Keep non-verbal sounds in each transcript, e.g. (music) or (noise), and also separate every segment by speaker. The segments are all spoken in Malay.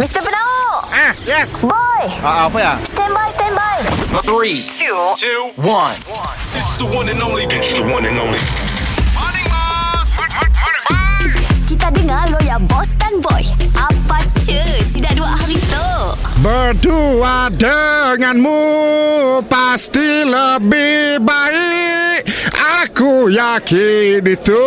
Speaker 1: Mr. Penau
Speaker 2: Ah, yes.
Speaker 1: Boy
Speaker 2: Ah, ah, apa ya?
Speaker 1: Stand by, stand by
Speaker 3: Three, two, two, one.
Speaker 4: It's the one and only. It's the one and only.
Speaker 1: Kita dengar lo ya Boss dan Boy Apa cuy Si dah dua hari tu
Speaker 2: Berdua denganmu pasti lebih baik Aku yakin itu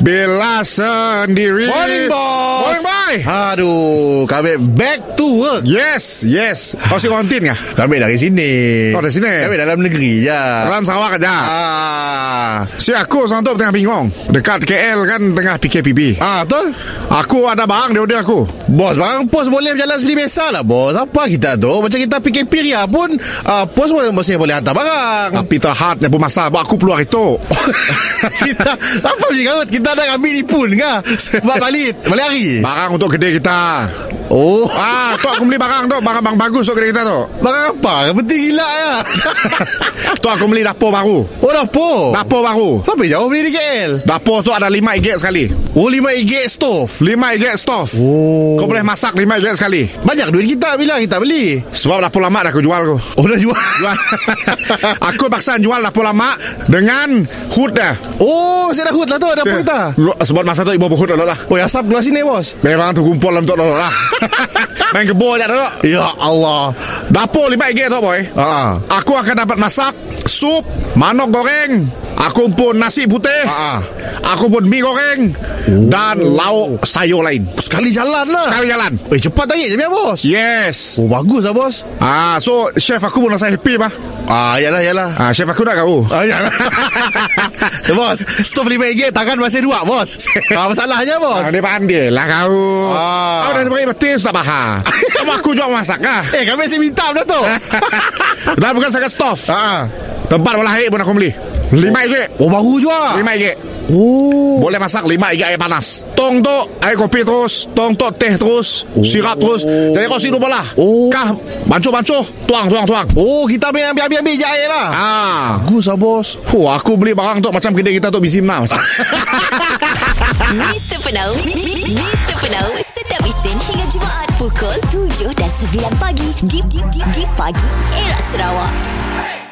Speaker 2: Bila sendiri
Speaker 5: Morning, boss.
Speaker 2: Eh, Morning boy
Speaker 5: Aduh, kami back to work.
Speaker 2: Yes, yes Kau si kontin ya? kah?
Speaker 5: Kami dari sini.
Speaker 2: Oh, dari sini?
Speaker 5: Kami dalam negeri je.
Speaker 2: Dalam Sarawak aja
Speaker 5: Ah.
Speaker 2: Si aku sekarang tu tengah bingung Dekat KL kan tengah PKPB
Speaker 5: Ah, betul?
Speaker 2: Aku ada barang dia order aku
Speaker 5: Bos, barang pos boleh berjalan seperti biasa lah, bos. Apa kita tu? Macam kita PKP Ria pun, ah, pos boleh, masih boleh hantar barang.
Speaker 2: Tapi terhad dia pun masa Aku keluar itu
Speaker 5: (laughs) kita, apa sih kau? Kita dah ambil ipun ke? Sebab balik, balik hari.
Speaker 2: Barang untuk gede kita
Speaker 5: Oh,
Speaker 2: Ah, tu aku beli barang tu Barang-barang bagus untuk gede kita tu
Speaker 5: barang apa? Penting gila ya. (laughs)
Speaker 2: Tu aku beli dapur baru
Speaker 5: oh, dapur.
Speaker 2: Dapur baru
Speaker 5: Sampai jauh beli di KL.
Speaker 2: Dapur tu ada lima igat sekali
Speaker 5: Oh, lima ringgit stove.
Speaker 2: Lima igat stove
Speaker 5: Oh.
Speaker 2: Kau boleh masak lima igat sekali
Speaker 5: Banyak duit kita bila kita beli.
Speaker 2: Sebab dapur lama dah aku jual aku (laughs)
Speaker 5: Oh dah jual.
Speaker 2: Jual. Aku paksa jual dapur lama Dengan hood dah
Speaker 5: (laughs) oh, saya dah hut lah tu ada apa kita.
Speaker 2: Lu- Sebab masa tu ibu berhut dulu lah
Speaker 5: Oh, asap keluar sini bos.
Speaker 2: Memang tu kumpul dalam tu dulu
Speaker 5: (laughs)
Speaker 2: lah Main kebol je dulu
Speaker 5: Ya Allah.
Speaker 2: Dapur lima igat tu boy
Speaker 5: Ah.
Speaker 2: Aku akan dapat masak Sup Manok goreng Aku pun nasi putih
Speaker 5: Ah.
Speaker 2: Aku pun mie goreng
Speaker 5: Oh.
Speaker 2: Dan lauk sayur lain
Speaker 5: Sekali jalan lah.
Speaker 2: Sekali Ya. jalan
Speaker 5: Eh, cepat tanya je biar bos.
Speaker 2: Yes
Speaker 5: Oh, bagus lah bos.
Speaker 2: Ah, so chef aku pun rasa happy mah.
Speaker 5: Ah, yalah yalah.
Speaker 2: Ah, chef aku dah kau.
Speaker 5: Ah,
Speaker 2: (laughs)
Speaker 5: yalah. Eh, bos, stop lima ringgit tangan masih dua bos. ah, masalahnya bos.
Speaker 2: Ah, dia pandai lah kau.
Speaker 5: Ah.
Speaker 2: Kau dah beri betis tak faham. Kamu aku jual masak
Speaker 5: (laughs)
Speaker 2: kah?
Speaker 5: Eh, kami masih minta benda
Speaker 2: (laughs)
Speaker 5: tu.
Speaker 2: Dah bukan sangat stove.
Speaker 5: ah.
Speaker 2: Tempat olah air pun aku beli. Lima ringgit.
Speaker 5: Oh, baru jual.
Speaker 2: Lima ringgit.
Speaker 5: Oh.
Speaker 2: Boleh masak lima ringgit air panas. Tong tu air kopi terus. Tong tu teh terus. Sirap terus. Jadi kau sirup lah.
Speaker 5: Oh.
Speaker 2: Kah, bancuh-bancuh. Tuang, tuang, tuang.
Speaker 5: Oh, kita ambil ambil ambil, ambil je air lah.
Speaker 2: Ah.
Speaker 5: Bagus lah bos.
Speaker 2: Fuh, aku beli barang tu macam kedai kita tu busy menang.
Speaker 1: Mr. Penau Mr. Penau Setiap Isnin hingga Jumaat Pukul 7 dan 9 pagi Di, di, di, di pagi Era Sarawak